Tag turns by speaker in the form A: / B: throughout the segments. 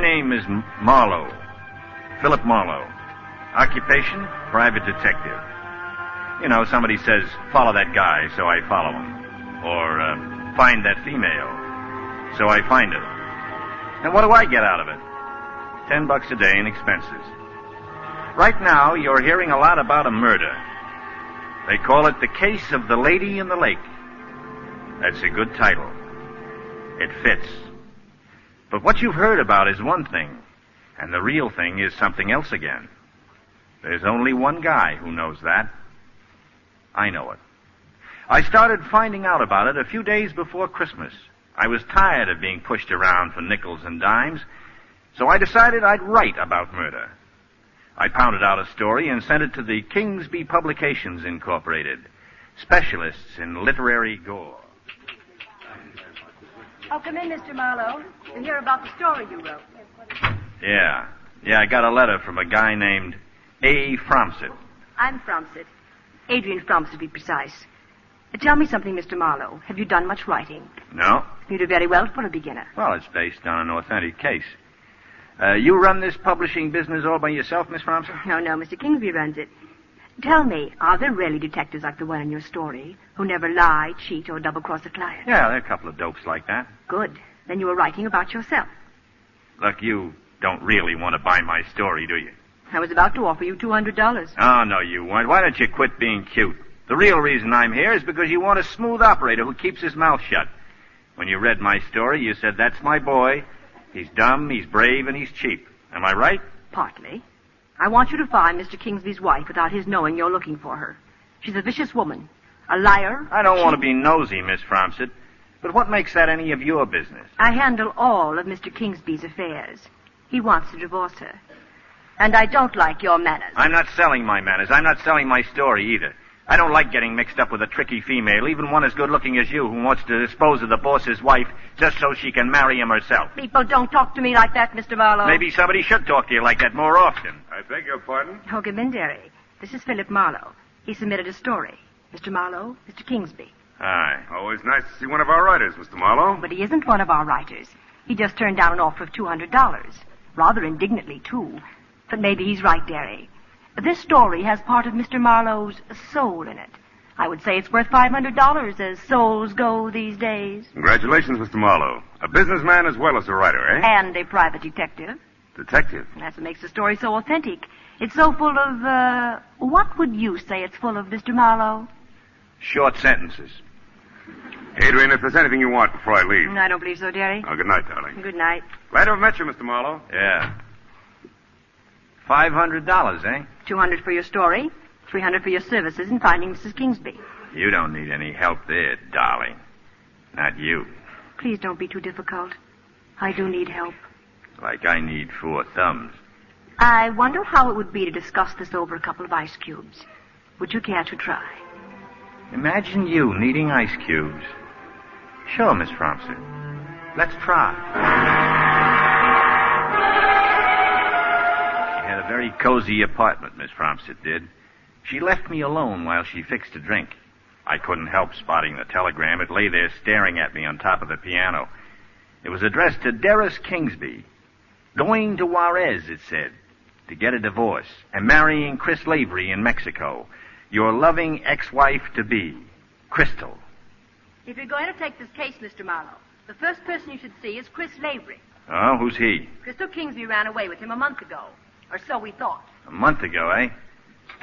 A: name is Marlowe. Philip Marlowe. Occupation, private detective. You know, somebody says, follow that guy, so I follow him. Or, uh, find that female. So I find her. And what do I get out of it? Ten bucks a day in expenses. Right now, you're hearing a lot about a murder. They call it the case of the lady in the lake. That's a good title. It fits. But what you've heard about is one thing, and the real thing is something else again. There's only one guy who knows that. I know it. I started finding out about it a few days before Christmas. I was tired of being pushed around for nickels and dimes, so I decided I'd write about murder. I pounded out a story and sent it to the Kingsby Publications Incorporated, specialists in literary gore.
B: Oh, come in, Mr. Marlowe, and hear about the story you wrote.
A: Yeah. Yeah, I got a letter from a guy named A. Fromsett.
B: I'm Fromsett. Adrian Fromsett, to be precise. Uh, Tell me something, Mr. Marlowe. Have you done much writing?
A: No?
B: You do very well for a beginner.
A: Well, it's based on an authentic case. Uh, you run this publishing business all by yourself, Miss Fromsett?
B: No, no, Mr. Kingsby runs it. Tell me, are there really detectives like the one in your story who never lie, cheat, or double cross a client?
A: Yeah, there are a couple of dopes like that.
B: Good. Then you were writing about yourself.
A: Look, you don't really want to buy my story, do you?
B: I was about to offer you $200.
A: Oh, no, you won't. Why don't you quit being cute? The real reason I'm here is because you want a smooth operator who keeps his mouth shut. When you read my story, you said, that's my boy. He's dumb, he's brave, and he's cheap. Am I right?
B: Partly. I want you to find Mr. Kingsley's wife without his knowing you're looking for her. She's a vicious woman, a liar.
A: I don't want to be nosy, Miss Fromsett, but what makes that any of your business?
B: I handle all of Mr. Kingsby's affairs. He wants to divorce her. And I don't like your manners.
A: I'm not selling my manners. I'm not selling my story either. I don't like getting mixed up with a tricky female, even one as good looking as you, who wants to dispose of the boss's wife just so she can marry him herself.
B: People don't talk to me like that, Mr. Marlowe.
A: Maybe somebody should talk to you like that more often.
C: I beg your pardon?
B: Oh, Gamindari, this is Philip Marlowe. He submitted a story. Mr. Marlowe, Mr. Kingsby.
A: Aye.
C: Always nice to see one of our writers, Mr. Marlowe.
B: But he isn't one of our writers. He just turned down an offer of $200. Rather indignantly, too. But maybe he's right, Derry. This story has part of Mr. Marlowe's soul in it. I would say it's worth $500 as souls go these days.
C: Congratulations, Mr. Marlowe. A businessman as well as a writer, eh?
B: And a private detective.
C: Detective.
B: That's what makes the story so authentic. It's so full of, uh, what would you say it's full of, Mr. Marlowe?
A: Short sentences.
C: Adrian, if there's anything you want before I leave.
B: Mm, I don't believe so, Derry.
C: Oh, good night, darling.
B: Uh, Good night.
C: Glad to have met you, Mr. Marlowe.
A: Yeah. $500, eh?
B: 200 for your story, 300 for your services in finding Mrs. Kingsby.
A: You don't need any help there, darling. Not you.
B: Please don't be too difficult. I do need help.
A: Like I need four thumbs.
B: I wonder how it would be to discuss this over a couple of ice cubes. Would you care to try?
A: Imagine you needing ice cubes. Sure, Miss Thompson. Let's try. She had a very cozy apartment, Miss Fromsett did. She left me alone while she fixed a drink. I couldn't help spotting the telegram. It lay there staring at me on top of the piano. It was addressed to Darris Kingsby. Going to Juarez, it said, to get a divorce and marrying Chris Lavery in Mexico. Your loving ex-wife to be, Crystal.
B: If you're going to take this case, Mr. Marlowe, the first person you should see is Chris Lavery.
A: Oh, who's he?
B: Crystal Kingsby ran away with him a month ago, or so we thought.
A: A month ago, eh?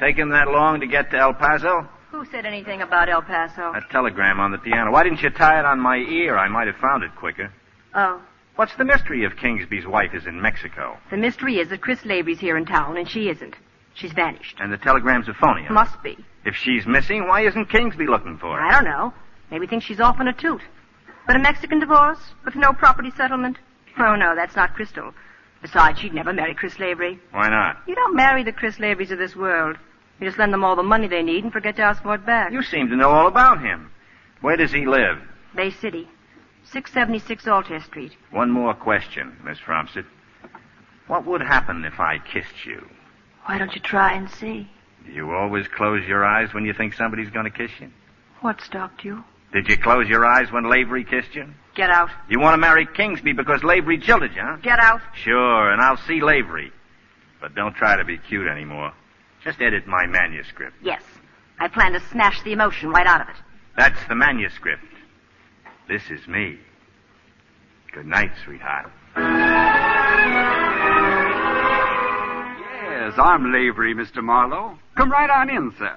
A: Taking that long to get to El Paso?
B: Who said anything about El Paso?
A: That telegram on the piano. Why didn't you tie it on my ear? I might have found it quicker.
B: Oh,
A: What's the mystery of Kingsby's wife is in Mexico?
B: the mystery is that Chris Lavery's here in town, and she isn't. She's vanished.
A: And the telegram's a phony. huh?
B: Must be.
A: If she's missing, why isn't Kingsby looking for her?
B: I don't know. Maybe thinks she's off on a toot. But a Mexican divorce with no property settlement? Oh, no, that's not Crystal. Besides, she'd never marry Chris Lavery.
A: Why not?
B: You don't marry the Chris Laverys of this world. You just lend them all the money they need and forget to ask for it back.
A: You seem to know all about him. Where does he live?
B: Bay City, 676 Altair Street.
A: One more question, Miss Fromsett. What would happen if I kissed you?
B: Why don't you try and see?
A: Do you always close your eyes when you think somebody's going to kiss you?
B: What stopped you?
A: Did you close your eyes when Lavery kissed you?
B: Get out.
A: You want to marry Kingsby because Lavery jilted you, huh?
B: Get out.
A: Sure, and I'll see Lavery. But don't try to be cute anymore. Just edit my manuscript.
B: Yes. I plan to smash the emotion right out of it.
A: That's the manuscript. This is me. Good night, sweetheart.
D: Yes, I'm Lavery, Mr. Marlowe. Come right on in, sir.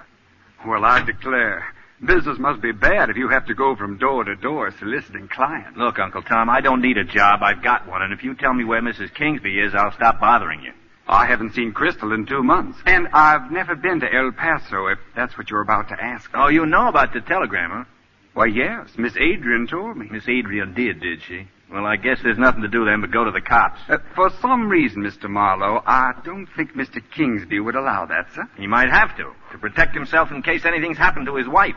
D: Well, I declare, business must be bad if you have to go from door to door soliciting clients.
A: Look, Uncle Tom, I don't need a job. I've got one, and if you tell me where Mrs. Kingsby is, I'll stop bothering you.
D: I haven't seen Crystal in two months, and I've never been to El Paso, if that's what you're about to ask.
A: Oh, you know about the telegram, huh?
D: Why, yes, Miss Adrian told me.
A: Miss Adrian did, did she? Well, I guess there's nothing to do then but go to the cops.
D: Uh, for some reason, Mr. Marlowe, I don't think Mr. Kingsby would allow that, sir.
A: He might have to, to protect himself in case anything's happened to his wife.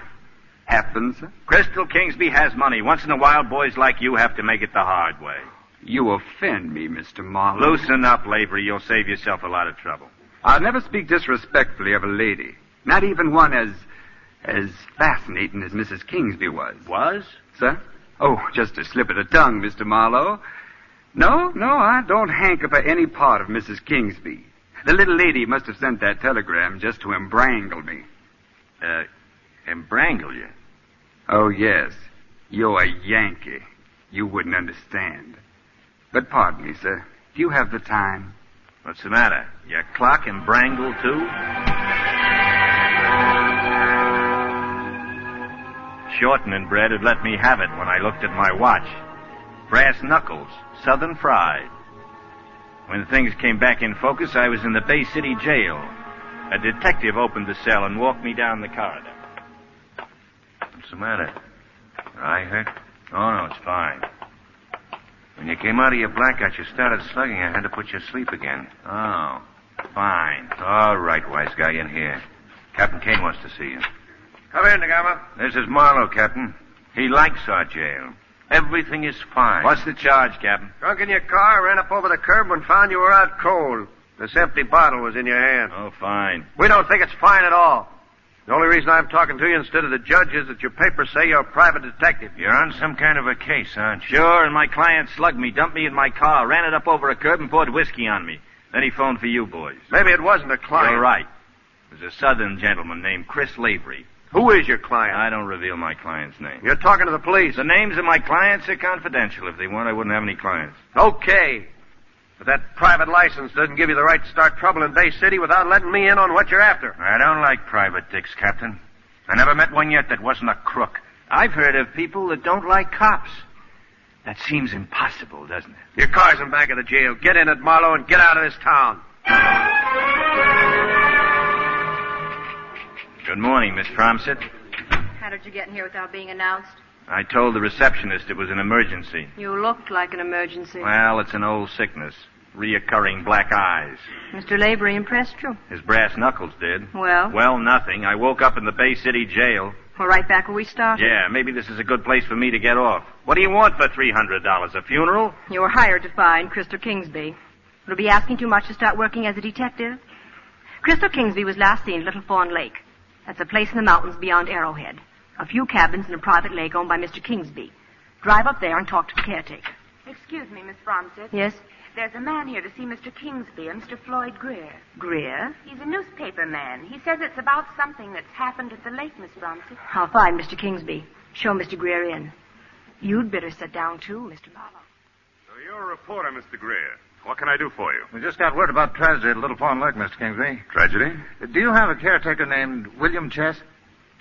D: Happen, sir?
A: Crystal Kingsby has money. Once in a while, boys like you have to make it the hard way.
D: You offend me, Mr. Marlowe.
A: Loosen up, Lavery. You'll save yourself a lot of trouble.
D: I'll never speak disrespectfully of a lady, not even one as as fascinating as Mrs. Kingsby was.
A: Was?
D: Sir? Oh, just a slip of the tongue, Mr. Marlowe. No, no, I don't hanker for any part of Mrs. Kingsby. The little lady must have sent that telegram just to embrangle me.
A: Uh, embrangle you.
D: Oh, yes. You're a Yankee. You wouldn't understand. But pardon me, sir. Do you have the time?
A: What's the matter? Your clock embrangled too? Shorten and Bread had let me have it when I looked at my watch. Brass knuckles, southern fried. When things came back in focus, I was in the Bay City jail. A detective opened the cell and walked me down the corridor.
E: What's the matter? Your eye hurt?
A: Oh, no, it's fine.
E: When you came out of your blackout, you started slugging. I had to put you asleep again.
A: Oh, fine.
E: All right, wise guy, in here. Captain Kane wants to see you.
C: Come in, Nagama.
E: This is Marlowe, Captain. He likes our jail. Everything is fine.
A: What's the charge, Captain?
C: Drunk in your car, ran up over the curb and found you were out cold. This empty bottle was in your hand.
A: Oh, fine.
C: We don't think it's fine at all. The only reason I'm talking to you instead of the judge is that your papers say you're a private detective.
E: You're on some kind of a case, aren't you?
A: Sure, and my client slugged me, dumped me in my car, ran it up over a curb, and poured whiskey on me. Then he phoned for you boys.
C: Maybe it wasn't a client.
A: You're right. It was a southern gentleman named Chris Lavery.
C: Who is your client?
A: I don't reveal my client's name.
C: You're talking to the police.
A: The names of my clients are confidential. If they weren't, I wouldn't have any clients.
C: Okay. But that private license doesn't give you the right to start trouble in Bay City without letting me in on what you're after.
E: I don't like private dicks, Captain. I never met one yet that wasn't a crook.
A: I've heard of people that don't like cops. That seems impossible, doesn't it?
C: Your car's in back of the jail. Get in it, Marlowe, and get out of this town.
A: Good morning, Miss Promsett.
F: How did you get in here without being announced?
A: I told the receptionist it was an emergency.
F: You looked like an emergency.
A: Well, it's an old sickness. Reoccurring black eyes.
F: Mr. Lavery impressed you.
A: His brass knuckles did.
F: Well?
A: Well, nothing. I woke up in the Bay City jail.
F: We're right back where we started.
A: Yeah, maybe this is a good place for me to get off. What do you want for $300? A funeral?
F: You were hired to find Crystal Kingsby.
B: Would it be asking too much to start working as a detective? Crystal Kingsby was last seen at Little Fawn Lake. That's a place in the mountains beyond Arrowhead. A few cabins and a private lake owned by Mr. Kingsby. Drive up there and talk to the caretaker.
G: Excuse me, Miss Bromstead.
B: Yes?
G: There's a man here to see Mr. Kingsby and Mr. Floyd Greer.
B: Greer?
G: He's a newspaper man. He says it's about something that's happened at the lake, Miss Bromstead.
B: I'll find Mr. Kingsby. Show Mr. Greer in. You'd better sit down too, Mr. Marlowe.
C: So you're a reporter, Mr. Greer. What can I do for you?
E: We just got word about tragedy at Little Pond Lake, Mr. Kingsley.
C: Tragedy?
E: Do you have a caretaker named William Chess?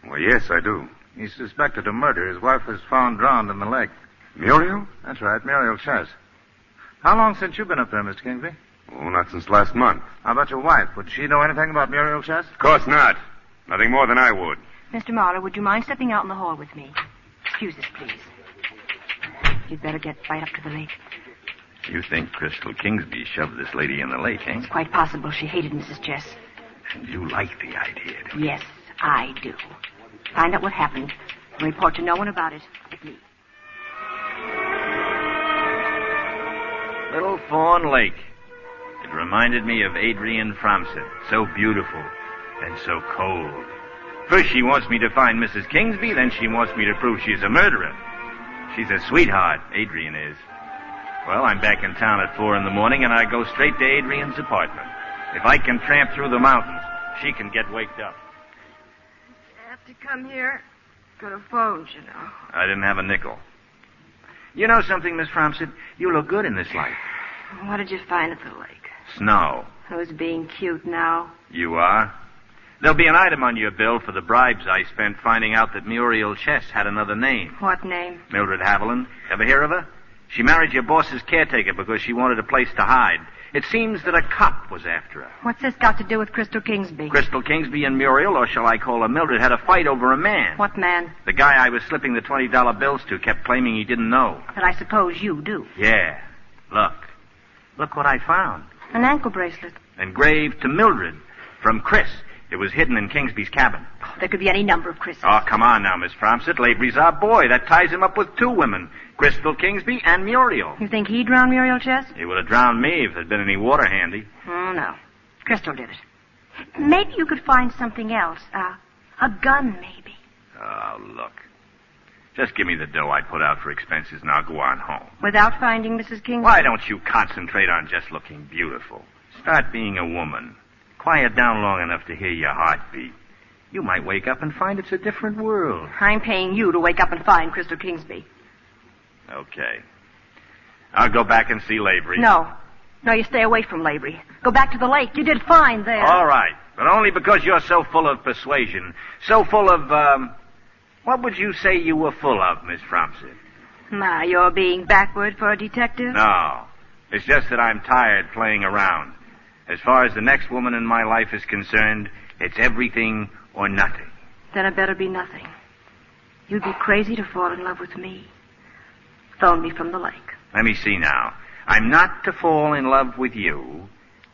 C: Well, yes, I do.
E: He's suspected of murder. His wife was found drowned in the lake.
C: Muriel?
E: That's right, Muriel Chess. How long since you been up there, Mr. Kingsley?
C: Oh, not since last month.
E: How about your wife? Would she know anything about Muriel Chess?
C: Of course not. Nothing more than I would.
B: Mr. Marlowe, would you mind stepping out in the hall with me? Excuse us, please. You'd better get right up to the lake.
A: You think Crystal Kingsby shoved this lady in the lake, eh?
B: It's quite possible she hated Mrs. Chess.
A: And you like the idea, do you?
B: Yes, I do. Find out what happened and report to no one about it but me.
A: Little Fawn Lake. It reminded me of Adrian Fromson. So beautiful and so cold. First she wants me to find Mrs. Kingsby, then she wants me to prove she's a murderer. She's a sweetheart, Adrian is. Well, I'm back in town at four in the morning, and I go straight to Adrian's apartment. If I can tramp through the mountains, she can get waked up.
F: I have to come here. Could afford, you know.
A: I didn't have a nickel. You know something, Miss Fromson? You look good in this light.
F: What did you find at the lake?
A: Snow.
F: Who's being cute now?
A: You are? There'll be an item on your bill for the bribes I spent finding out that Muriel Chess had another name.
F: What name?
A: Mildred Haviland. Ever hear of her? She married your boss's caretaker because she wanted a place to hide. It seems that a cop was after her.
F: What's this got to do with Crystal Kingsby?
A: Crystal Kingsby and Muriel, or shall I call her Mildred, had a fight over a man.
F: What man?
A: The guy I was slipping the $20 bills to kept claiming he didn't know.
F: That I suppose you do.
A: Yeah. Look. Look what I found.
F: An ankle bracelet.
A: Engraved to Mildred from Chris. It was hidden in Kingsby's cabin.
F: There could be any number of Chris's.
A: Oh, come on now, Miss Fromsett. Lavery's our boy. That ties him up with two women. Crystal Kingsby and Muriel.
F: You think he drowned Muriel Chess?
A: He would have drowned me if there'd been any water handy.
F: Oh, no. Crystal did it.
B: Maybe you could find something else. Uh, a gun, maybe.
A: Oh, look. Just give me the dough I put out for expenses and I'll go on home.
F: Without finding Mrs. Kingsby?
A: Why don't you concentrate on just looking beautiful? Start being a woman. Quiet down long enough to hear your heartbeat. You might wake up and find it's a different world.
F: I'm paying you to wake up and find Crystal Kingsby.
A: Okay. I'll go back and see Lavery.
F: No. No, you stay away from Lavery. Go back to the lake. You did fine there.
A: All right, but only because you're so full of persuasion, so full of um, what would you say you were full of, Miss Fromson?
F: Now, you're being backward for a detective?
A: No, it's just that I'm tired playing around. As far as the next woman in my life is concerned, it's everything or nothing.
F: Then it better be nothing. You'd be crazy to fall in love with me. Phone me from the lake.
A: Let me see now. I'm not to fall in love with you,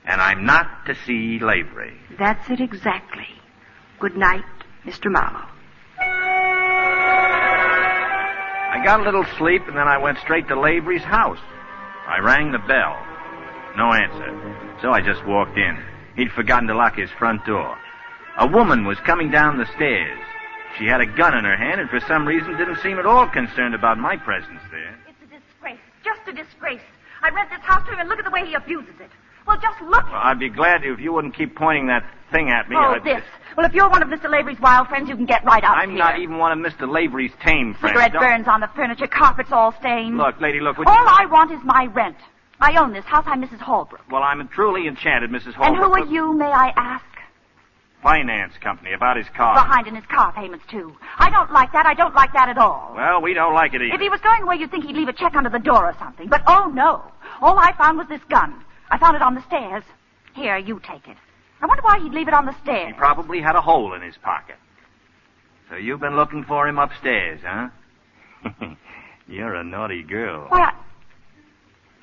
A: and I'm not to see Lavery.
F: That's it exactly. Good night, Mr. Marlowe.
A: I got a little sleep, and then I went straight to Lavery's house. I rang the bell. No answer. So I just walked in. He'd forgotten to lock his front door. A woman was coming down the stairs. She had a gun in her hand and for some reason didn't seem at all concerned about my presence there.
G: It's a disgrace. Just a disgrace. I rent this house to him, and look at the way he abuses it. Well, just look.
A: Well, I'd be glad to if you wouldn't keep pointing that thing at me.
G: oh,
A: I'd-
G: this. Well, if you're one of Mr. Lavery's wild friends, you can get right out of
A: I'm
G: here.
A: not even one of Mr. Lavery's tame friends.
G: Cigarette
A: Don't-
G: burns on the furniture, carpets all stained.
A: Look, lady, look. Would you...
G: All I want is my rent. I own this house. I'm Mrs. Holbrook.
A: Well, I'm truly enchanted, Mrs.
G: And
A: Holbrook.
G: who are you, may I ask?
A: Finance company about his car.
G: Behind in his car payments, too. I don't like that. I don't like that at all.
A: Well, we don't like it either.
G: If he was going away, you'd think he'd leave a check under the door or something. But oh no. All I found was this gun. I found it on the stairs. Here, you take it. I wonder why he'd leave it on the
A: He
G: stairs.
A: probably had a hole in his pocket. So you've been looking for him upstairs, huh? You're a naughty girl.
G: Why,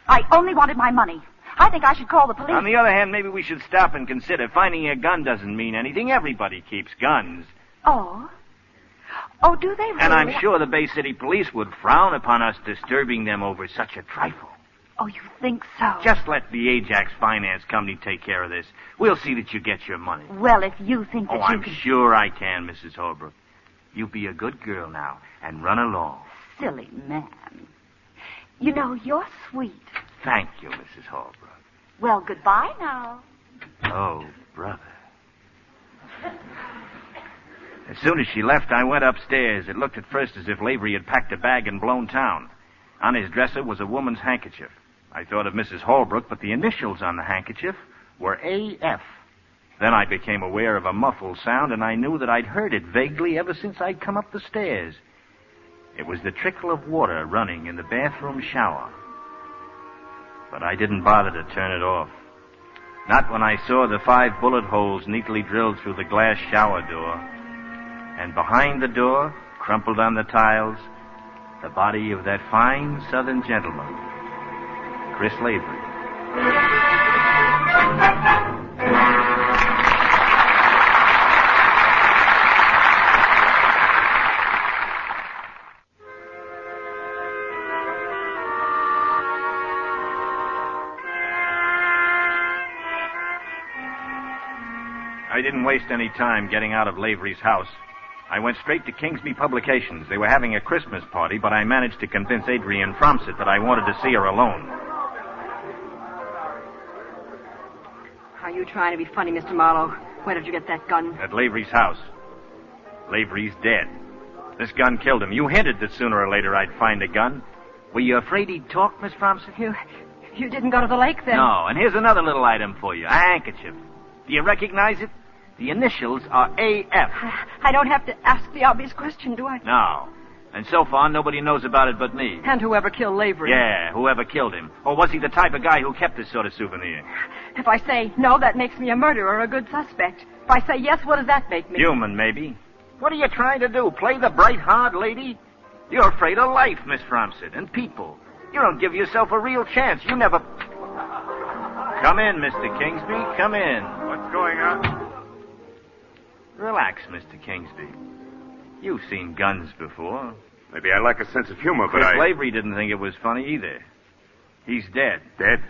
G: I... I only wanted my money. I think I should call the police.
A: On the other hand, maybe we should stop and consider. Finding a gun doesn't mean anything. Everybody keeps guns.
G: Oh. Oh, do they really?
A: And I'm sure the Bay City police would frown upon us disturbing them over such a trifle.
G: Oh, you think so?
A: Just let the Ajax Finance Company take care of this. We'll see that you get your money.
G: Well, if you think that
A: Oh,
G: you
A: I'm
G: can...
A: sure I can, Mrs. Holbrook. You be a good girl now and run along.
G: Silly man. You know, you're sweet.
A: Thank you, Mrs. Holbrook.
G: Well, goodbye now.
A: Oh, brother. As soon as she left, I went upstairs. It looked at first as if Lavery had packed a bag and blown town. On his dresser was a woman's handkerchief. I thought of Mrs. Holbrook, but the initials on the handkerchief were A.F. Then I became aware of a muffled sound, and I knew that I'd heard it vaguely ever since I'd come up the stairs. It was the trickle of water running in the bathroom shower. But I didn't bother to turn it off. Not when I saw the five bullet holes neatly drilled through the glass shower door. And behind the door, crumpled on the tiles, the body of that fine southern gentleman, Chris Lavery. I didn't didn't waste any time getting out of Lavery's house. I went straight to Kingsby Publications. They were having a Christmas party, but I managed to convince Adrian Fromsett that I wanted to see her alone.
B: Are you trying to be funny, Mr. Marlowe? Where did you get that gun?
A: At Lavery's house. Lavery's dead. This gun killed him. You hinted that sooner or later I'd find a gun. Were you afraid he'd talk, Miss Fromsett?
B: You, you didn't go to the lake then?
A: No, and here's another little item for you. A handkerchief. Do you recognize it? The initials are AF.
B: I, I don't have to ask the obvious question, do I?
A: No. And so far, nobody knows about it but me.
B: And whoever killed Lavery.
A: Yeah, whoever killed him. Or was he the type of guy who kept this sort of souvenir?
B: If I say no, that makes me a murderer or a good suspect. If I say yes, what does that make me?
A: Human, maybe. What are you trying to do? Play the bright, hard lady? You're afraid of life, Miss Fromsett, and people. You don't give yourself a real chance. You never. Come in, Mr. Kingsby. Come in.
E: What's going on?
A: Relax, Mr. Kingsby. You've seen guns before.
E: Maybe I lack a sense of humor, but
A: Chris
E: I.
A: Lavery didn't think it was funny either. He's dead.
E: Dead?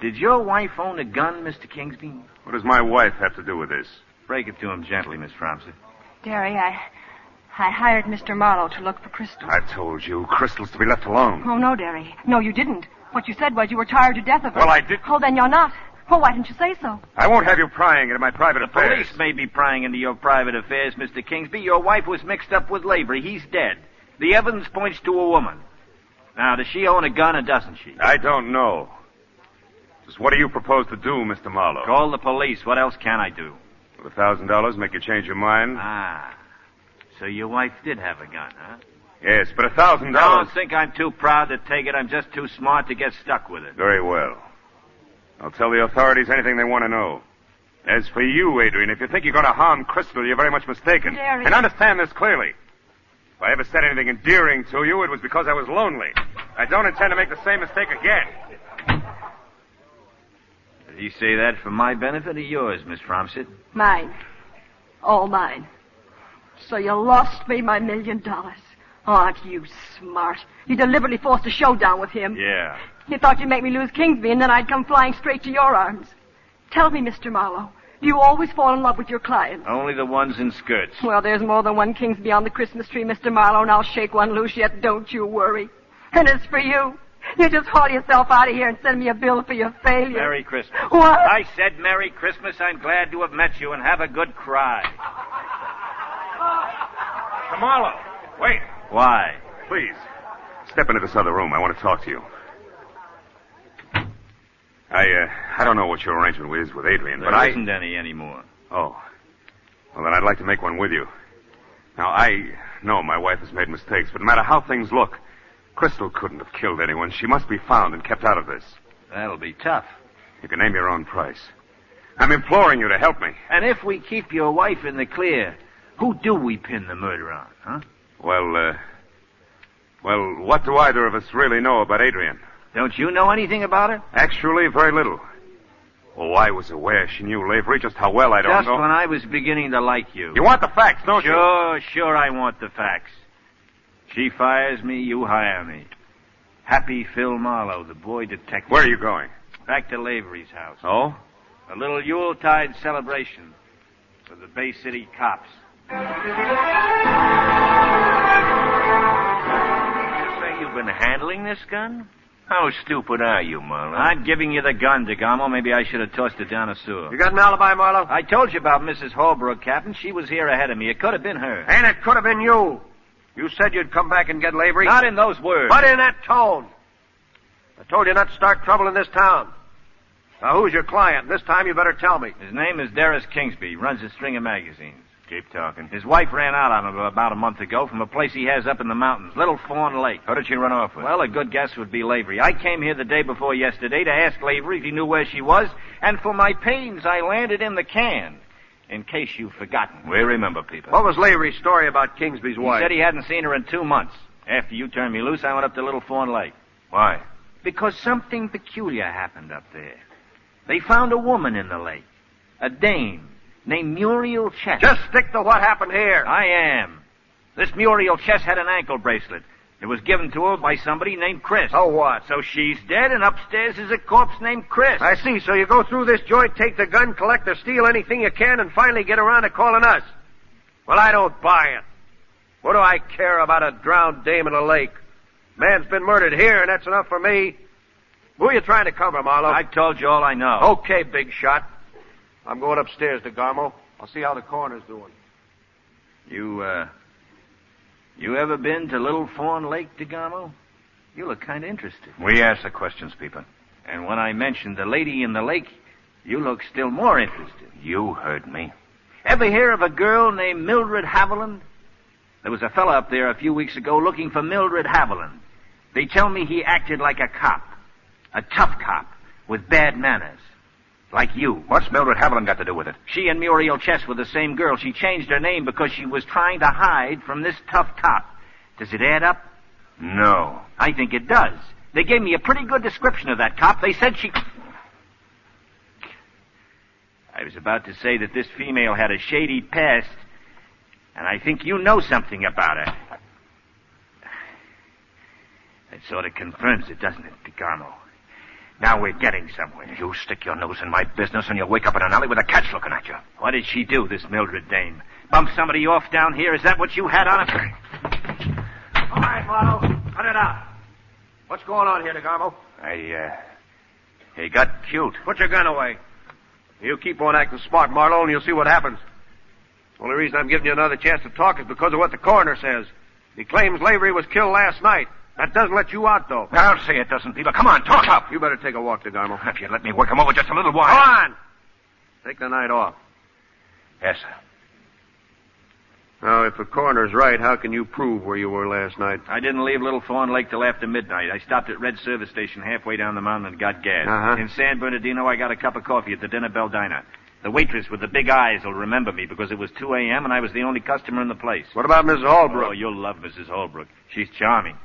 A: Did your wife own a gun, Mr. Kingsby?
E: What does my wife have to do with this?
A: Break it to him gently, Miss Fromsett.
B: Derry, I, I hired Mr. Marlowe to look for Crystal.
E: I told you, Crystal's to be left alone.
B: Oh, no, Derry. No, you didn't. What you said was you were tired to death of her.
E: Well, I did-
B: Oh, then you're not. Well, why didn't you say so?
E: I won't have you prying into my private affairs.
A: Police may be prying into your private affairs, Mr. Kingsby. Your wife was mixed up with Lavery. He's dead. The evidence points to a woman. Now, does she own a gun or doesn't she?
E: I don't know. Just what do you propose to do, Mr. Marlowe?
A: Call the police. What else can I do?
E: Will a thousand dollars make you change your mind?
A: Ah. So your wife did have a gun, huh?
E: yes, but a thousand dollars.
A: Don't think I'm too proud to take it. I'm just too smart to get stuck with it.
E: Very well. I'll tell the authorities anything they want to know. As for you, Adrian, if you think you're going to harm Crystal, you're very much mistaken.
B: Jerry.
E: And understand this clearly. If I ever said anything endearing to you, it was because I was lonely. I don't intend to make the same mistake again.
A: Did he say that for my benefit or yours, Miss Fromsett?
B: Mine. All mine. So you lost me my million dollars. Aren't you smart? You deliberately forced a showdown with him.
A: Yeah.
B: You thought you'd make me lose Kingsby, and then I'd come flying straight to your arms. Tell me, Mr. Marlowe, do you always fall in love with your clients?
A: Only the ones in skirts.
B: Well, there's more than one Kingsby on the Christmas tree, Mr. Marlowe, and I'll shake one loose yet. Don't you worry. And as for you, you just haul yourself out of here and send me a bill for your failure.
A: Merry Christmas.
B: What?
A: I said Merry Christmas. I'm glad to have met you and have a good cry.
E: Mr. Marlowe, wait.
A: Why?
E: Please, step into this other room. I want to talk to you. I, uh, I don't know what your arrangement is with Adrian, but
A: there
E: I...
A: isn't any anymore.
E: Oh. Well, then I'd like to make one with you. Now, I know my wife has made mistakes, but no matter how things look, Crystal couldn't have killed anyone. She must be found and kept out of this.
A: That'll be tough.
E: You can name your own price. I'm imploring you to help me.
A: And if we keep your wife in the clear, who do we pin the murder on, huh?
E: Well, uh. Well, what do either of us really know about Adrian?
A: Don't you know anything about her?
E: Actually, very little. Oh, I was aware she knew Lavery. Just how well, I don't
A: Just
E: know.
A: when I was beginning to like you.
E: You want the facts, don't you?
A: Sure, sure, I want the facts. She fires me, you hire me. Happy Phil Marlowe, the boy detective.
E: Where are you going?
A: Back to Lavery's house.
E: Oh?
A: A little Yuletide celebration for the Bay City cops.
E: You say you've been handling this gun?
A: How stupid are you, Marlowe? I'm giving you the gun, DeGamo. Maybe I should have tossed it down a sewer.
C: You got an alibi, Marlowe?
A: I told you about Mrs. Holbrook, Captain. She was here ahead of me. It could have been her.
C: And it could have been you. You said you'd come back and get Lavery.
A: Not in those words.
C: But in that tone. I told you not to start trouble in this town. Now, who's your client? This time you better tell me.
A: His name is Darius Kingsby. Runs a string of magazines.
E: Keep talking.
A: His wife ran out on him about a month ago from a place he has up in the mountains, Little Fawn Lake.
E: How did she run off with?
A: Well, a good guess would be Lavery. I came here the day before yesterday to ask Lavery if he knew where she was, and for my pains, I landed in the can, in case you've forgotten.
E: we remember people.
C: What was Lavery's story about Kingsby's
A: He
C: wife?
A: said he hadn't seen her in two months. After you turned me loose, I went up to Little Fawn Lake.
E: Why?
A: Because something peculiar happened up there. They found a woman in the lake, a Dane, named Muriel Chess.
C: Just stick to what happened here.
A: I am. This Muriel Chess had an ankle bracelet. It was given to her by somebody named Chris.
C: So Oh, what?
A: So she's dead, and upstairs is a corpse named Chris.
C: I see. So you go through this joint, take the gun, collect or steal anything you can, and finally get around to calling us. Well, I don't buy it. What do I care about a drowned dame in a lake? Man's been murdered here, and that's enough for me. Who are you trying to cover, Marlowe?
A: I told you all I know.
C: Okay, big shot. I'm going upstairs, DeGarmo. I'll see how the coroner's doing.
A: You, uh, you ever been to Little Fawn Lake, DeGarmo? You look kind of interested. We ask the questions, people. And when I mentioned the lady in the lake, you look still more interested. You heard me. Ever hear of a girl named Mildred Haviland? There was a fella up there a few weeks ago looking for Mildred Haviland. They tell me he acted like a cop. A tough cop with bad manners. Like you.
E: What's Mildred Haviland got to do with it?
A: She and Muriel Chess were the same girl. She changed her name because she was trying to hide from this tough cop. Does it add up?
E: No.
A: I think it does. They gave me a pretty good description of that cop. They said she. I was about to say that this female had a shady past, and I think you know something about her. That sort of confirms it, doesn't it, DeGarmo? Now we're getting somewhere.
E: You stick your nose in my business and you'll wake up in an alley with a catch looking at you.
A: What did she do, this Mildred dame? Bump somebody off down here? Is that what you had on her?
C: All right, Marlowe. Cut it out. What's going on here, DeGarmo?
E: I, uh, he got cute.
C: Put your gun away. You keep on acting smart, Marlowe, and you'll see what happens. Only reason I'm giving you another chance to talk is because of what the coroner says. He claims Lavery was killed last night. That doesn't let you out, though.
E: I'll say it doesn't, Peter. Come on, talk up.
C: You better take a walk, DeGarmo. Go
E: If you let me work him over just a little while.
C: on! Take the night off.
E: Yes, sir.
C: Now, if the coroner's right, how can you prove where you were last night?
A: I didn't leave Little Fawn Lake till after midnight. I stopped at Red Service Station halfway down the mountain and got gas.
C: Uh-huh.
A: In San Bernardino, I got a cup of coffee at the Dinner Bell Diner. The waitress with the big eyes will remember me because it was 2 a.m. and I was the only customer in the place.
C: What about Mrs.
A: Oh,
C: Holbrook?
A: you'll love Mrs. Holbrook. She's charming.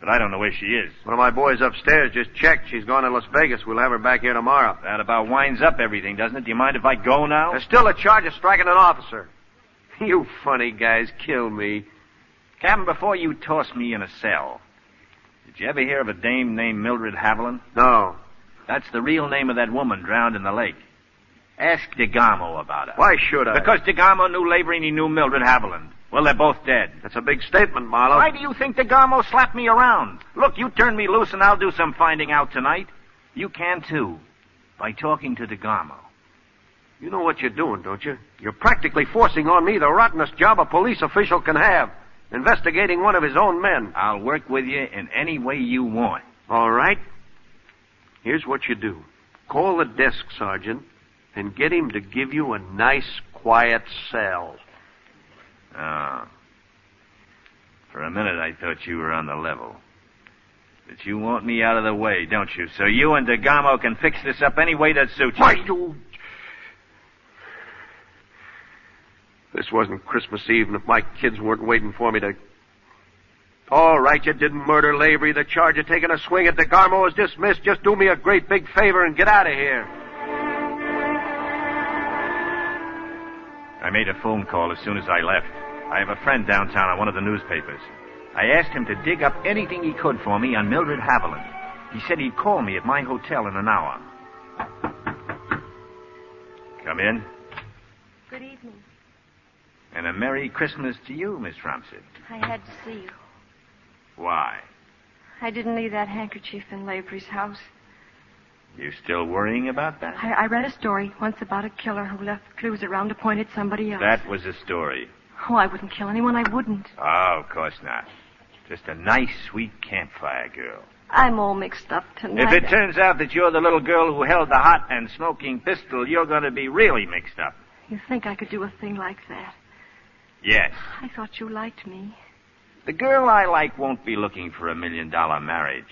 A: But I don't know where she is.
C: One of my boys upstairs just checked. She's gone to Las Vegas. We'll have her back here tomorrow.
A: That about winds up everything, doesn't it? Do you mind if I go now?
C: There's still a charge of striking an officer. You funny guys kill me.
A: Captain, before you toss me in a cell, did you ever hear of a dame named Mildred Haviland?
C: No.
A: That's the real name of that woman drowned in the lake. Ask DeGarmo about her.
C: Why should I?
A: Because DeGarmo knew Lavery and he knew Mildred Haviland. Well, they're both dead.
C: That's a big statement, Marlowe.
A: Why do you think DeGarmo slapped me around? Look, you turn me loose and I'll do some finding out tonight. You can too. By talking to DeGarmo.
C: You know what you're doing, don't you? You're practically forcing on me the rottenest job a police official can have. Investigating one of his own men.
A: I'll work with you in any way you want.
C: All right. Here's what you do. Call the desk sergeant and get him to give you a nice, quiet cell.
A: Ah. For a minute I thought you were on the level. But you want me out of the way, don't you? So you and DeGarmo can fix this up any way that suits you.
C: Why, you... This wasn't Christmas Eve, and if my kids weren't waiting for me to... All right, you didn't murder Lavery. The charge of taking a swing at DeGarmo is dismissed. Just do me a great big favor and get out of here.
A: I made a phone call as soon as I left. I have a friend downtown on one of the newspapers. I asked him to dig up anything he could for me on Mildred Haviland. He said he'd call me at my hotel in an hour. Come in,
F: Good evening.
A: and a Merry Christmas to you, Miss Romsey.
F: I had to see you.
A: Why?
F: I didn't leave that handkerchief in Lavery's house.
A: You still worrying about that?
F: I, I read a story once about a killer who left clues around to point at somebody else.
A: That was a story.
F: Oh, I wouldn't kill anyone. I wouldn't.
A: Oh, of course not. Just a nice, sweet campfire girl.
F: I'm all mixed up tonight.
A: If it turns out that you're the little girl who held the hot and smoking pistol, you're going to be really mixed up.
F: You think I could do a thing like that?
A: Yes.
F: I thought you liked me.
A: The girl I like won't be looking for a million dollar marriage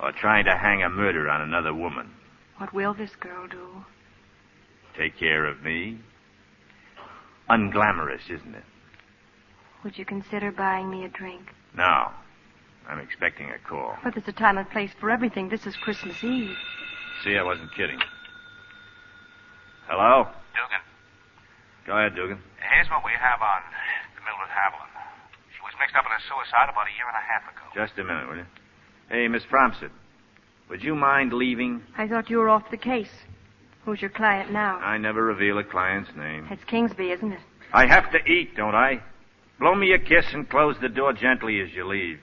A: or trying to hang a murder on another woman.
F: What will this girl do?
A: Take care of me. Unglamorous, isn't it?
F: Would you consider buying me a drink?
A: No. I'm expecting a call.
F: But there's a time and place for everything. This is Christmas Eve.
A: See, I wasn't kidding. Hello?
H: Dugan,
A: Go ahead, Dugan.
H: here's what we have on Mildred Haviland. She was
C: mixed up in a suicide about a year and a half ago.
A: Just a minute, will you? Hey, Miss Thompson, would you mind leaving?
B: I Uh, thought you were off the case. Who's your client now?
A: I never reveal a client's name.
B: It's Kingsby, isn't it?
A: I have to eat, don't I? Blow me a kiss and close the door gently as you leave.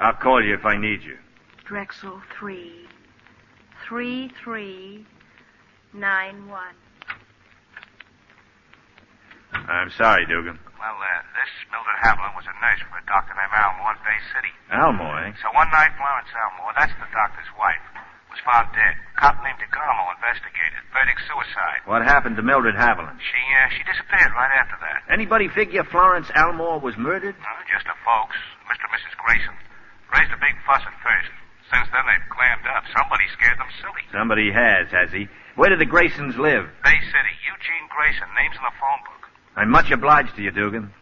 A: I'll call you if I need you.
B: Drexel 3. 3391.
A: I'm sorry, Dugan.
C: Well, uh, this Mildred Haviland was a nurse for a doctor named Almore in Bay City.
A: Almoy?
C: So one night, Florence Almore, that's the doctor's wife, was found dead. Cop named DeGarmo investigated. Verdict suicide.
A: What happened to Mildred Haviland?
C: She, uh, she disappeared right after that.
A: Anybody figure Florence Almore was murdered?
C: Uh, just the folks, Mr. and Mrs. Grayson. Raised a big fuss at first. Since then, they've clammed up. Somebody scared them silly.
A: Somebody has, has he? Where do the Graysons live?
C: Bay City, Eugene Grayson, names in the phone book.
A: I'm much obliged to you, Dugan.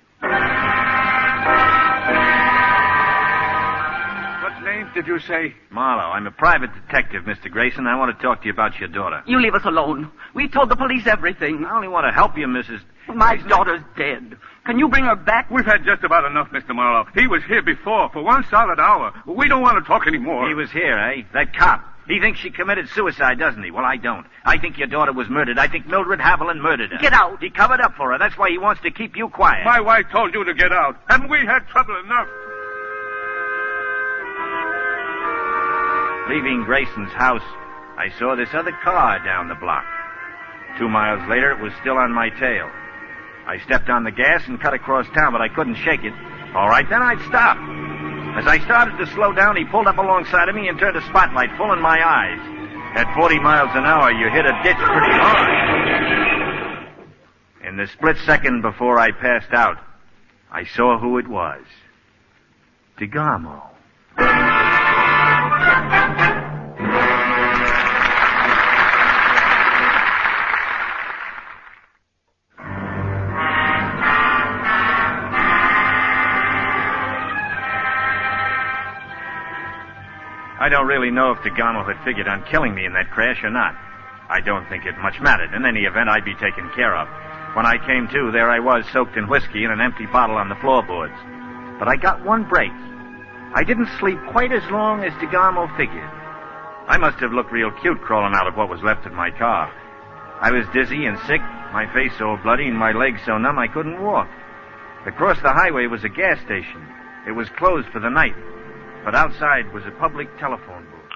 E: What name did you say?
A: Marlowe, I'm a private detective, Mr. Grayson. I want to talk to you about your daughter.
I: You leave us alone. We've told the police everything.
A: I only want to help you, Mrs.
I: My daughter's dead. Can you bring her back?
E: We've had just about enough, Mr. Marlowe. He was here before for one solid hour. We don't want to talk anymore.
A: He was here, eh? That cop. He thinks she committed suicide, doesn't he? Well, I don't. I think your daughter was murdered. I think Mildred Haviland murdered her.
I: Get out.
A: He covered up for her. That's why he wants to keep you quiet.
E: My wife told you to get out, and we had trouble enough.
A: Leaving Grayson's house, I saw this other car down the block. Two miles later, it was still on my tail. I stepped on the gas and cut across town, but I couldn't shake it. All right, then I'd stop. As I started to slow down, he pulled up alongside of me and turned a spotlight full in my eyes. At 40 miles an hour, you hit a ditch pretty hard. In the split second before I passed out, I saw who it was. DeGarmo. I don't really know if DeGamo had figured on killing me in that crash or not. I don't think it much mattered. In any event, I'd be taken care of. When I came to, there I was, soaked in whiskey and an empty bottle on the floorboards. But I got one break. I didn't sleep quite as long as DeGamo figured. I must have looked real cute crawling out of what was left of my car. I was dizzy and sick, my face so bloody and my legs so numb I couldn't walk. Across the highway was a gas station. It was closed for the night but outside was a public telephone booth.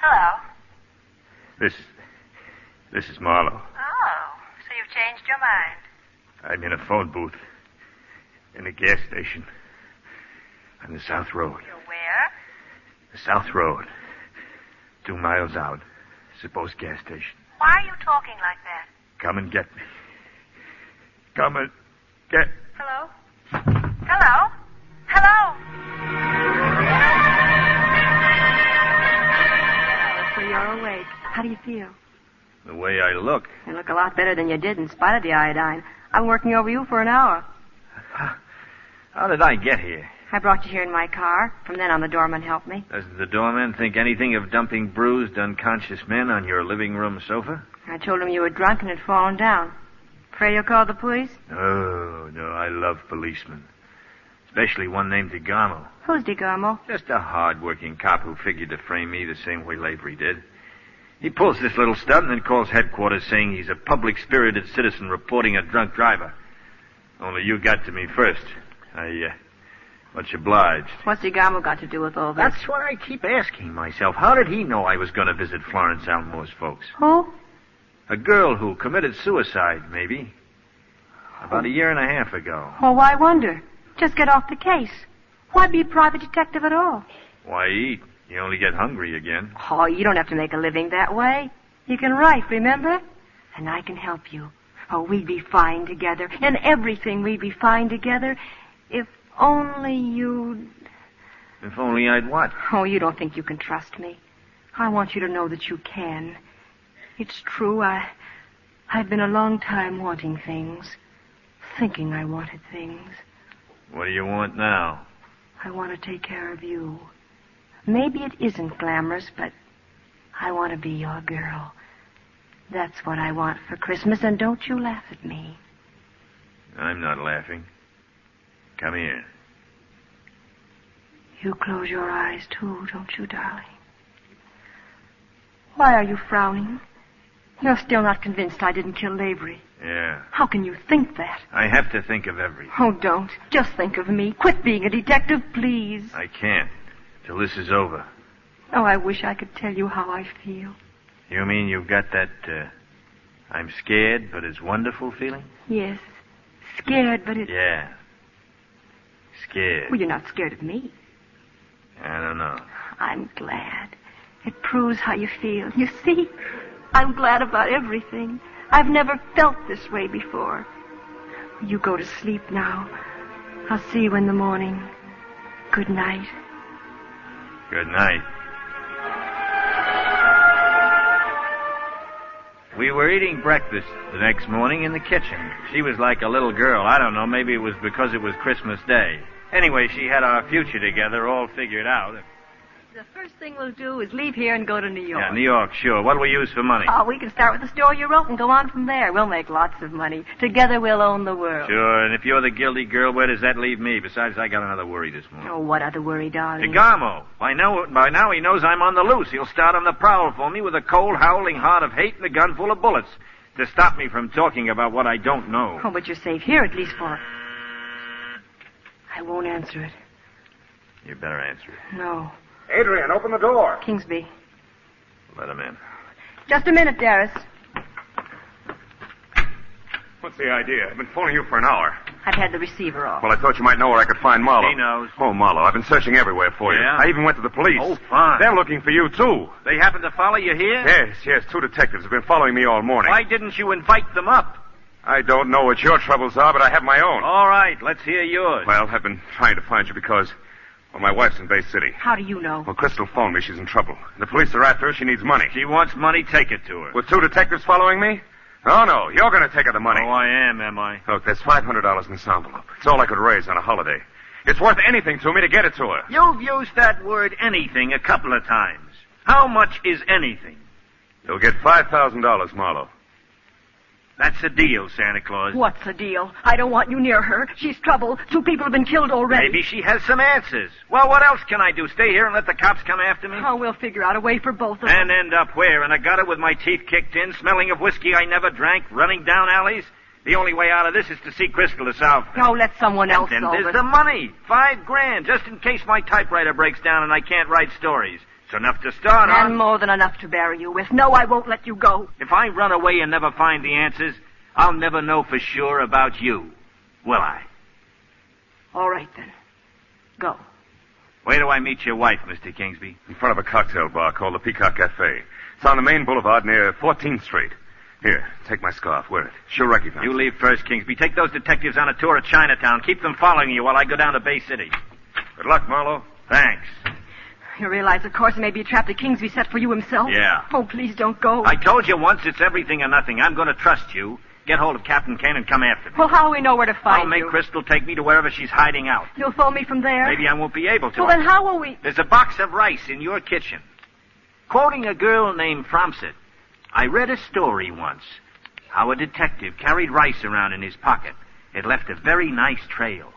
J: Hello.
A: This is. This is Marlowe.
J: Oh, so you've changed your mind.
A: I'm in a phone booth. In a gas station. On the South Road.
J: You're where?
A: The South Road. Two miles out. Supposed gas station.
J: Why are you talking like that?
A: Come and get me. Come and get.
J: Hello? Hello? Hello?
B: So you're awake. How do you feel?
A: The way I look.
B: You look a lot better than you did in spite of the iodine. I'm working over you for an hour.
A: How did I get here?
B: I brought you here in my car. From then on, the doorman helped me.
A: Doesn't the doorman think anything of dumping bruised, unconscious men on your living room sofa?
B: I told him you were drunk and had fallen down. Pray you call the police?
A: No, Oh, no, I love policemen. Especially one named DeGarmo.
B: Who's DeGarmo?
A: Just a hard-working cop who figured to frame me the same way Lavery did. He pulls this little stunt and then calls headquarters saying he's a public-spirited citizen reporting a drunk driver. Only you got to me first. I, uh, much obliged.
B: What's DeGarmo got to do with all this?
A: That's what I keep asking myself. How did he know I was going to visit Florence Almore's folks?
B: Who?
A: A girl who committed suicide, maybe. About a year and a half ago.
B: Oh, why wonder? Just get off the case. Why be a private detective at all?
A: Why eat? You only get hungry again.
B: Oh, you don't have to make a living that way. You can write, remember? And I can help you. Oh, we'd be fine together. In everything, we'd be fine together. If only you'd.
A: If only I'd what?
B: Oh, you don't think you can trust me. I want you to know that you can. It's true. I, I've been a long time wanting things, thinking I wanted things.
A: What do you want now?
B: I want to take care of you. Maybe it isn't glamorous, but I want to be your girl.
F: That's what I want for Christmas, and don't you laugh at me.
A: I'm not laughing. Come here.
F: You close your eyes, too, don't you, darling? Why are you frowning? You're still not convinced I didn't kill Lavery.
A: Yeah.
F: How can you think that?
A: I have to think of everything.
F: Oh, don't. Just think of me. Quit being a detective, please.
A: I can't. Till this is over.
F: Oh, I wish I could tell you how I feel.
A: You mean you've got that, uh, I'm scared, but it's wonderful feeling?
F: Yes. Scared, but it.
A: Yeah. Scared.
F: Well, you're not scared of me.
A: I don't know.
F: I'm glad. It proves how you feel. You see, I'm glad about everything. I've never felt this way before. You go to sleep now. I'll see you in the morning. Good night.
A: Good night. We were eating breakfast the next morning in the kitchen. She was like a little girl. I don't know, maybe it was because it was Christmas Day. Anyway, she had our future together, all figured out.
B: The first thing we'll do is leave here and go to New York.
A: Yeah, New York, sure. What'll we use for money?
B: Oh, we can start with the story you wrote and go on from there. We'll make lots of money. Together we'll own the world.
A: Sure, and if you're the guilty girl, where does that leave me? Besides, I got another worry this morning.
B: Oh, what other worry, darling?
A: Degamo. By now, by now he knows I'm on the loose. He'll start on the prowl for me with a cold, howling heart of hate and a gun full of bullets to stop me from talking about what I don't know.
B: Oh, but you're safe here at least for. I won't answer it.
A: You better answer it.
B: No.
H: Adrian, open the door.
B: Kingsby.
A: Let him in.
B: Just a minute, Darris.
E: What's the idea? I've been phoning you for an hour.
B: I've had the receiver off.
E: Well, I thought you might know where I could find Marlowe.
A: He knows.
E: Oh, Marlowe, I've been searching everywhere for you.
A: Yeah?
E: I even went to the police.
A: Oh, fine.
E: They're looking for you, too.
A: They happen to follow you here?
E: Yes, yes, two detectives have been following me all morning.
A: Why didn't you invite them up?
E: I don't know what your troubles are, but I have my own.
C: Oh.
A: All right, let's hear yours.
E: Well, I've been trying to find you because, well, my wife's in Bay City.
B: How do you know?
E: Well, Crystal phoned me. She's in trouble. The police are after her. She needs money.
A: she wants money, take it to her.
E: With two detectives following me? No, no. You're going to take her the money.
A: Oh, I am, am I?
E: Look, there's $500 in this envelope. It's all I could raise on a holiday. It's worth anything to me to get it to her.
A: You've used that word anything a couple of times. How much is anything?
E: You'll get $5,000, Marlowe.
A: That's a deal, Santa Claus.
B: What's the deal? I don't want you near her. She's trouble. Two people have been killed already.
A: Maybe she has some answers. Well, what else can I do? Stay here and let the cops come after me?
B: Oh, we'll figure out a way for both of us.
A: And end up where? In a gutter with my teeth kicked in, smelling of whiskey I never drank, running down alleys? The only way out of this is to see Crystal to solve things.
B: No, let someone else
A: Then
B: solve
A: there's
B: it.
A: the money. Five grand, just in case my typewriter breaks down and I can't write stories. It's enough to start on.
B: And more than enough to bury you with. No, I won't let you go.
A: If I run away and never find the answers, I'll never know for sure about you. Will I?
B: All right, then. Go.
A: Where do I meet your wife, Mr. Kingsby?
E: In front of a cocktail bar called the Peacock Cafe. It's on the main boulevard near 14th Street. Here, take my scarf. Wear it. She'll recognize
A: You leave first, Kingsby. Take those detectives on a tour of Chinatown. Keep them following you while I go down to Bay City.
E: Good luck, Marlowe.
A: Thanks.
B: You realize, of course, it may be a trap that Kingsby set for you himself?
A: Yeah.
B: Oh, please don't go.
A: I told you once it's everything or nothing. I'm going to trust you. Get hold of Captain Kane and come after me.
B: Well, how will we know where to find
A: I'll make
B: you?
A: Crystal take me to wherever she's hiding out.
B: You'll phone me from there?
A: Maybe I won't be able to.
B: Well, then how will we...
A: There's a box of rice in your kitchen. Quoting a girl named Fromsett, I read a story once how a detective carried rice around in his pocket. It left a very nice trail.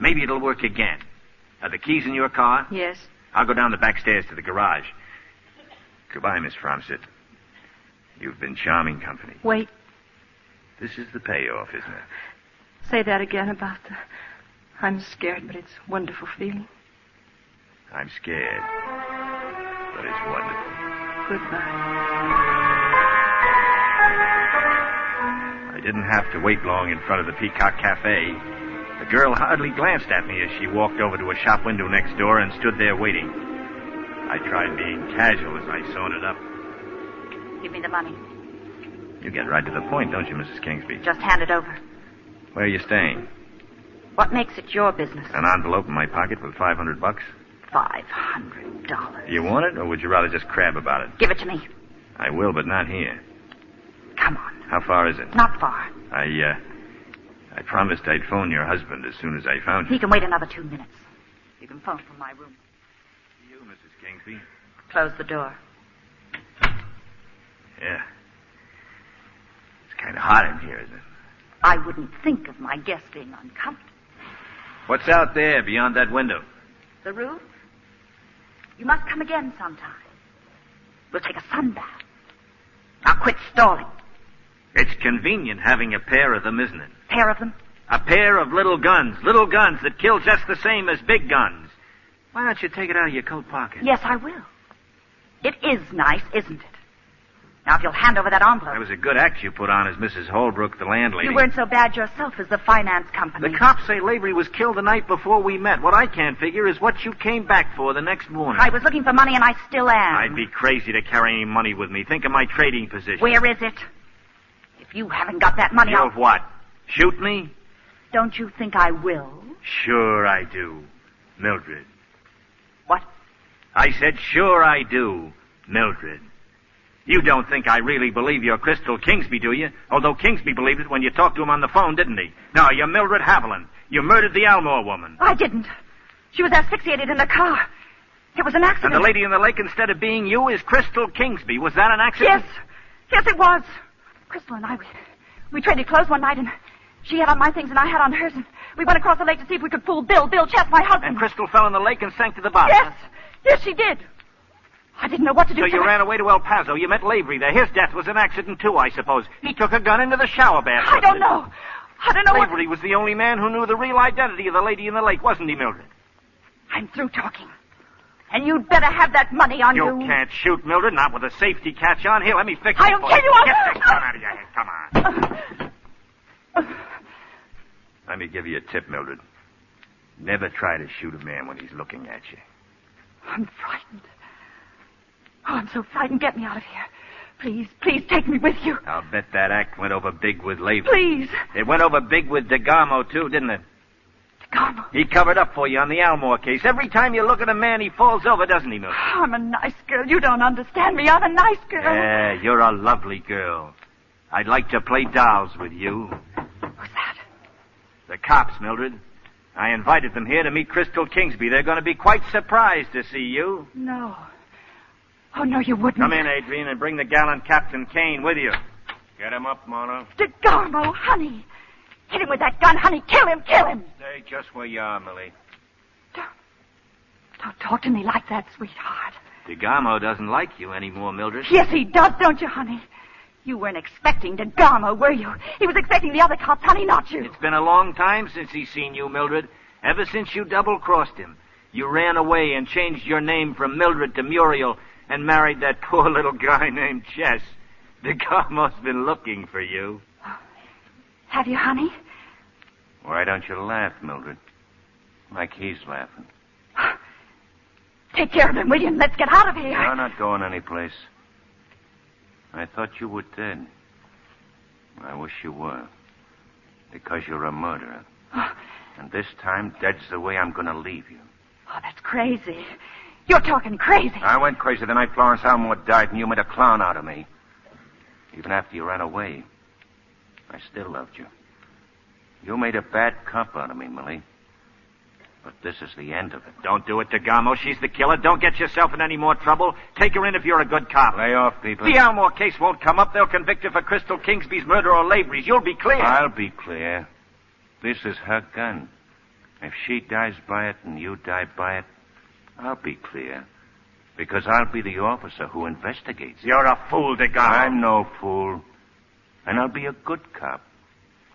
A: Maybe it'll work again. Are the keys in your car?
B: Yes.
A: I'll go down the back stairs to the garage. Goodbye, Miss Fromsett. You've been charming company.
B: Wait.
A: This is the payoff, isn't it?
B: Say that again about the... I'm scared, but it's a wonderful feeling.
A: I'm scared. But it's wonderful.
B: Goodbye.
A: I didn't have to wait long in front of the Peacock Cafe. The girl hardly glanced at me as she walked over to a shop window next door and stood there waiting. I tried being casual as I sewn it up.
G: Give me the money.
A: You get right to the point, don't you, Mrs. Kingsby?
G: Just hand it over.
A: Where are you staying?
G: What makes it your business?
A: An envelope in my pocket with 500 bucks?
G: Five hundred dollars.
A: You want it, or would you rather just crab about it?
G: Give it to me.
A: I will, but not here.
G: Come on.
A: How far is it?
G: Not far.
A: I, uh, I promised I'd phone your husband as soon as I found you.
G: He can wait another two minutes. You can phone from my room.
A: You, Mrs. Kingsby.
G: Close the door.
A: Yeah. hot in here, is it?
G: I wouldn't think of my guest being uncomfortable.
A: What's out there beyond that window?
G: The roof? You must come again sometime. We'll take a sunbath. Now quit stalling.
A: It's convenient having a pair of them, isn't it?
G: Pair of them.
A: A pair of little guns, little guns that kill just the same as big guns. Why don't you take it out of your coat pocket?
G: Yes, I will. It is nice, isn't it? Now, if you'll hand over that envelope.
A: That was a good act you put on as Mrs. Holbrook, the landlady.
G: You weren't so bad yourself as the finance company.
A: The cops say Lavery was killed the night before we met. What I can't figure is what you came back for the next morning.
G: I was looking for money and I still am.
A: I'd be crazy to carry any money with me. Think of my trading position.
G: Where is it? If you haven't got that money,
A: You'll
G: I'll...
A: what? Shoot me?
G: Don't you think I will?
A: Sure I do, Mildred.
G: What?
A: I said, sure I do, Mildred. You don't think I really believe you're Crystal Kingsby, do you? Although Kingsby believed it when you talked to him on the phone, didn't he? No, you're Mildred Haviland. You murdered the Almore woman.
G: I didn't. She was asphyxiated in the car. It was an
A: And
G: accident.
A: the lady in the lake, instead of being you, is Crystal Kingsby. Was that an accident?
G: Yes. Yes, it was. Crystal and I, we, we traded clothes one night, and she had on my things and I had on hers, and we went across the lake to see if we could fool Bill. Bill Chess, my husband.
A: And Crystal fell in the lake and sank to the bottom.
G: Yes. Yes, she did. I didn't know what to do.
A: So you
G: I-
A: ran away to El Paso. You met Lavery there. His death was an accident, too, I suppose. He took a gun into the shower bath.
G: I don't know. I don't know what...
A: Lavery was the only man who knew the real identity of the lady in the lake, wasn't he, Mildred?
G: I'm through talking. And you'd better have that money on you.
A: You can't shoot, Mildred, not with a safety catch on. Here, let me fix it.
G: I'll
A: for
G: kill you, I'll-
A: Get this gun out of your hand. Come on. Let me give you a tip, Mildred. Never try to shoot a man when he's looking at you.
G: I'm frightened. Oh, I'm so frightened. Get me out of here. Please, please take me with you.
A: I'll bet that act went over big with Lavery.
G: Please.
A: It went over big with DeGarmo, too, didn't it?
G: Come.
A: He covered up for you on the Almore case. Every time you look at a man, he falls over, doesn't he, Mildred?
G: I'm a nice girl. You don't understand me. I'm a nice girl.
A: Yeah, you're a lovely girl. I'd like to play dolls with you.
G: Who's that?
A: The cops, Mildred. I invited them here to meet Crystal Kingsby. They're going to be quite surprised to see you.
G: No. Oh, no, you wouldn't.
A: Come in, Adrian, and bring the gallant Captain Kane with you. Get him up, Mono.
G: DeGarmo, honey. Hit him with that gun, honey. Kill him, kill him.
A: Stay just where you are, Millie.
G: Don't talk to me like that, sweetheart.
A: DeGarmo doesn't like you anymore, Mildred.
G: Yes, he does, don't you, honey? You weren't expecting DeGarmo, were you? He was expecting the other cops, honey, not you.
A: It's been a long time since he's seen you, Mildred. Ever since you double-crossed him. You ran away and changed your name from Mildred to Muriel and married that poor little guy named Chess. DeGarmo's been looking for you.
G: Have you, honey?
A: Why don't you laugh, Mildred? Like he's laughing.
G: Take care of him, will you? And Let's get out of here.
A: You're not going anyplace. I thought you were dead. I wish you were. Because you're a murderer. And this time, dead's the way I'm going to leave you.
G: Oh, that's crazy. You're talking crazy.
A: I went crazy the night Florence Almore died, and you made a clown out of me. Even after you ran away, I still loved you. You made a bad cop out of me, Millie. But this is the end of it. Don't do it, DeGamo. She's the killer. Don't get yourself in any more trouble. Take her in if you're a good cop.
E: Lay off, people.
A: The Almore case won't come up. They'll convict her for Crystal Kingsby's murder or Lavery's. You'll be clear.
E: I'll be clear. This is her gun. If she dies by it and you die by it, I'll be clear. Because I'll be the officer who investigates.
A: You're a fool, DeGamo.
E: I'm no fool. And I'll be a good cop.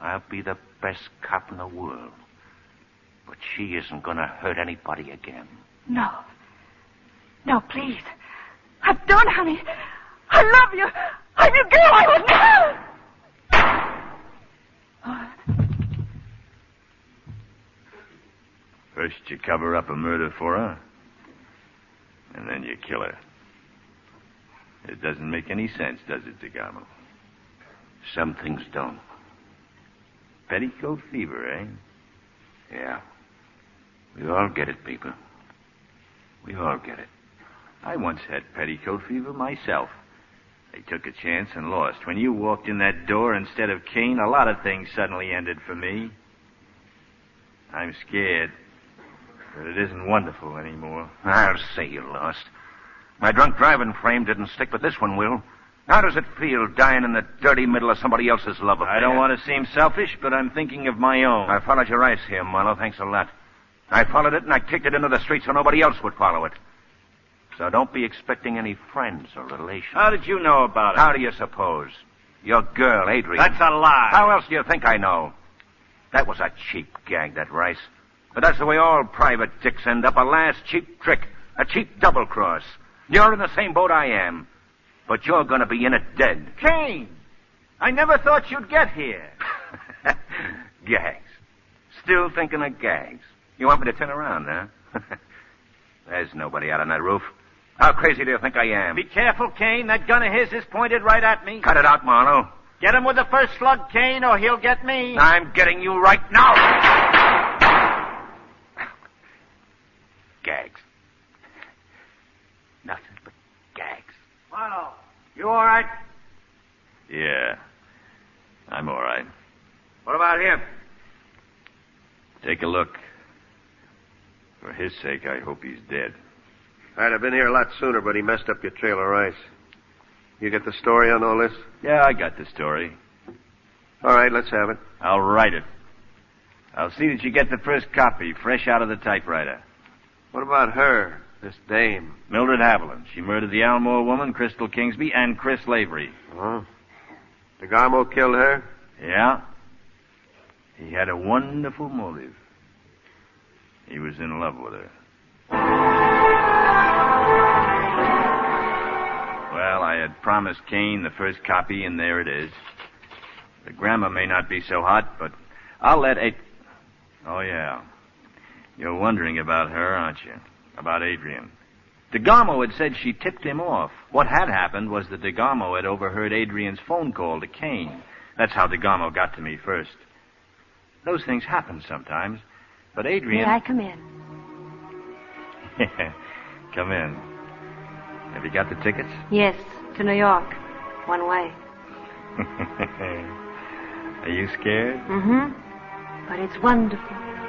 E: I'll be the best cop in the world. But she isn't going to hurt anybody again.
G: No. No, please. I'm done, honey. I love you. I'm your girl. I was Oh.
A: First you cover up a murder for her, and then you kill her. It doesn't make any sense, does it, DeGamo?
E: Some things don't.
A: Petticoat fever, eh?
E: Yeah. We all get it, people. We all get it.
A: I once had petticoat fever myself. They took a chance and lost. When you walked in that door instead of Kane, a lot of things suddenly ended for me. I'm scared, but it isn't wonderful anymore.
E: I'll say you lost. My drunk driving frame didn't stick, but this one will.
A: How does it feel dying in the dirty middle of somebody else's love affair? I
K: don't
A: want to seem selfish, but I'm thinking of my own. I followed your ice here, Marlowe. Thanks a lot. I followed it and I kicked it into the street so nobody else would follow it. So don't be expecting any friends or relations. How did you know about it? How do you suppose? Your girl, Adrian.
K: That's a lie.
A: How else do you think I know? That was a cheap gag, that Rice. But that's the way all private dicks end up a last cheap trick, a cheap double cross. You're in the same boat I am, but you're going to be in it dead.
K: Kane, I never thought you'd get here.
A: Gags. Still thinking of gags. You want me to turn around, huh? There's nobody out on that roof. How crazy do you think I am?
K: Be careful, Kane. That gun of his is pointed right at me.
A: Cut it out, Marlowe.
K: Get him with the first slug, Kane, or he'll get me.
A: I'm getting you right now. gags. Nothing but gags.
K: Marlowe, you all right?
A: Yeah. I'm all right.
K: What about him?
A: Take a look. For his sake, I hope he's dead.
C: I'd have been here a lot sooner, but he messed up your trailer, Rice. You get the story on all this?
A: Yeah, I got the story.
C: All right, let's have it.
A: I'll write it. I'll see that you get the first copy, fresh out of the typewriter.
C: What about her, this dame?
A: Mildred Haviland. She murdered the Almore woman, Crystal Kingsby, and Chris Lavery.
C: Oh. DeGarmo killed her?
A: Yeah. He had a wonderful motive. He was in love with her. Well, I had promised Kane the first copy, and there it is. The grammar may not be so hot, but I'll let it. Oh, yeah. You're wondering about her, aren't you? About Adrian. DeGarmo had said she tipped him off. What had happened was that DeGarmo had overheard Adrian's phone call to Kane. That's how DeGarmo got to me first. Those things happen sometimes. But Adrian.
F: May I come in?
A: come in. Have you got the tickets?
F: Yes, to New York. One way.
A: Are you scared?
F: Mm hmm. But it's wonderful.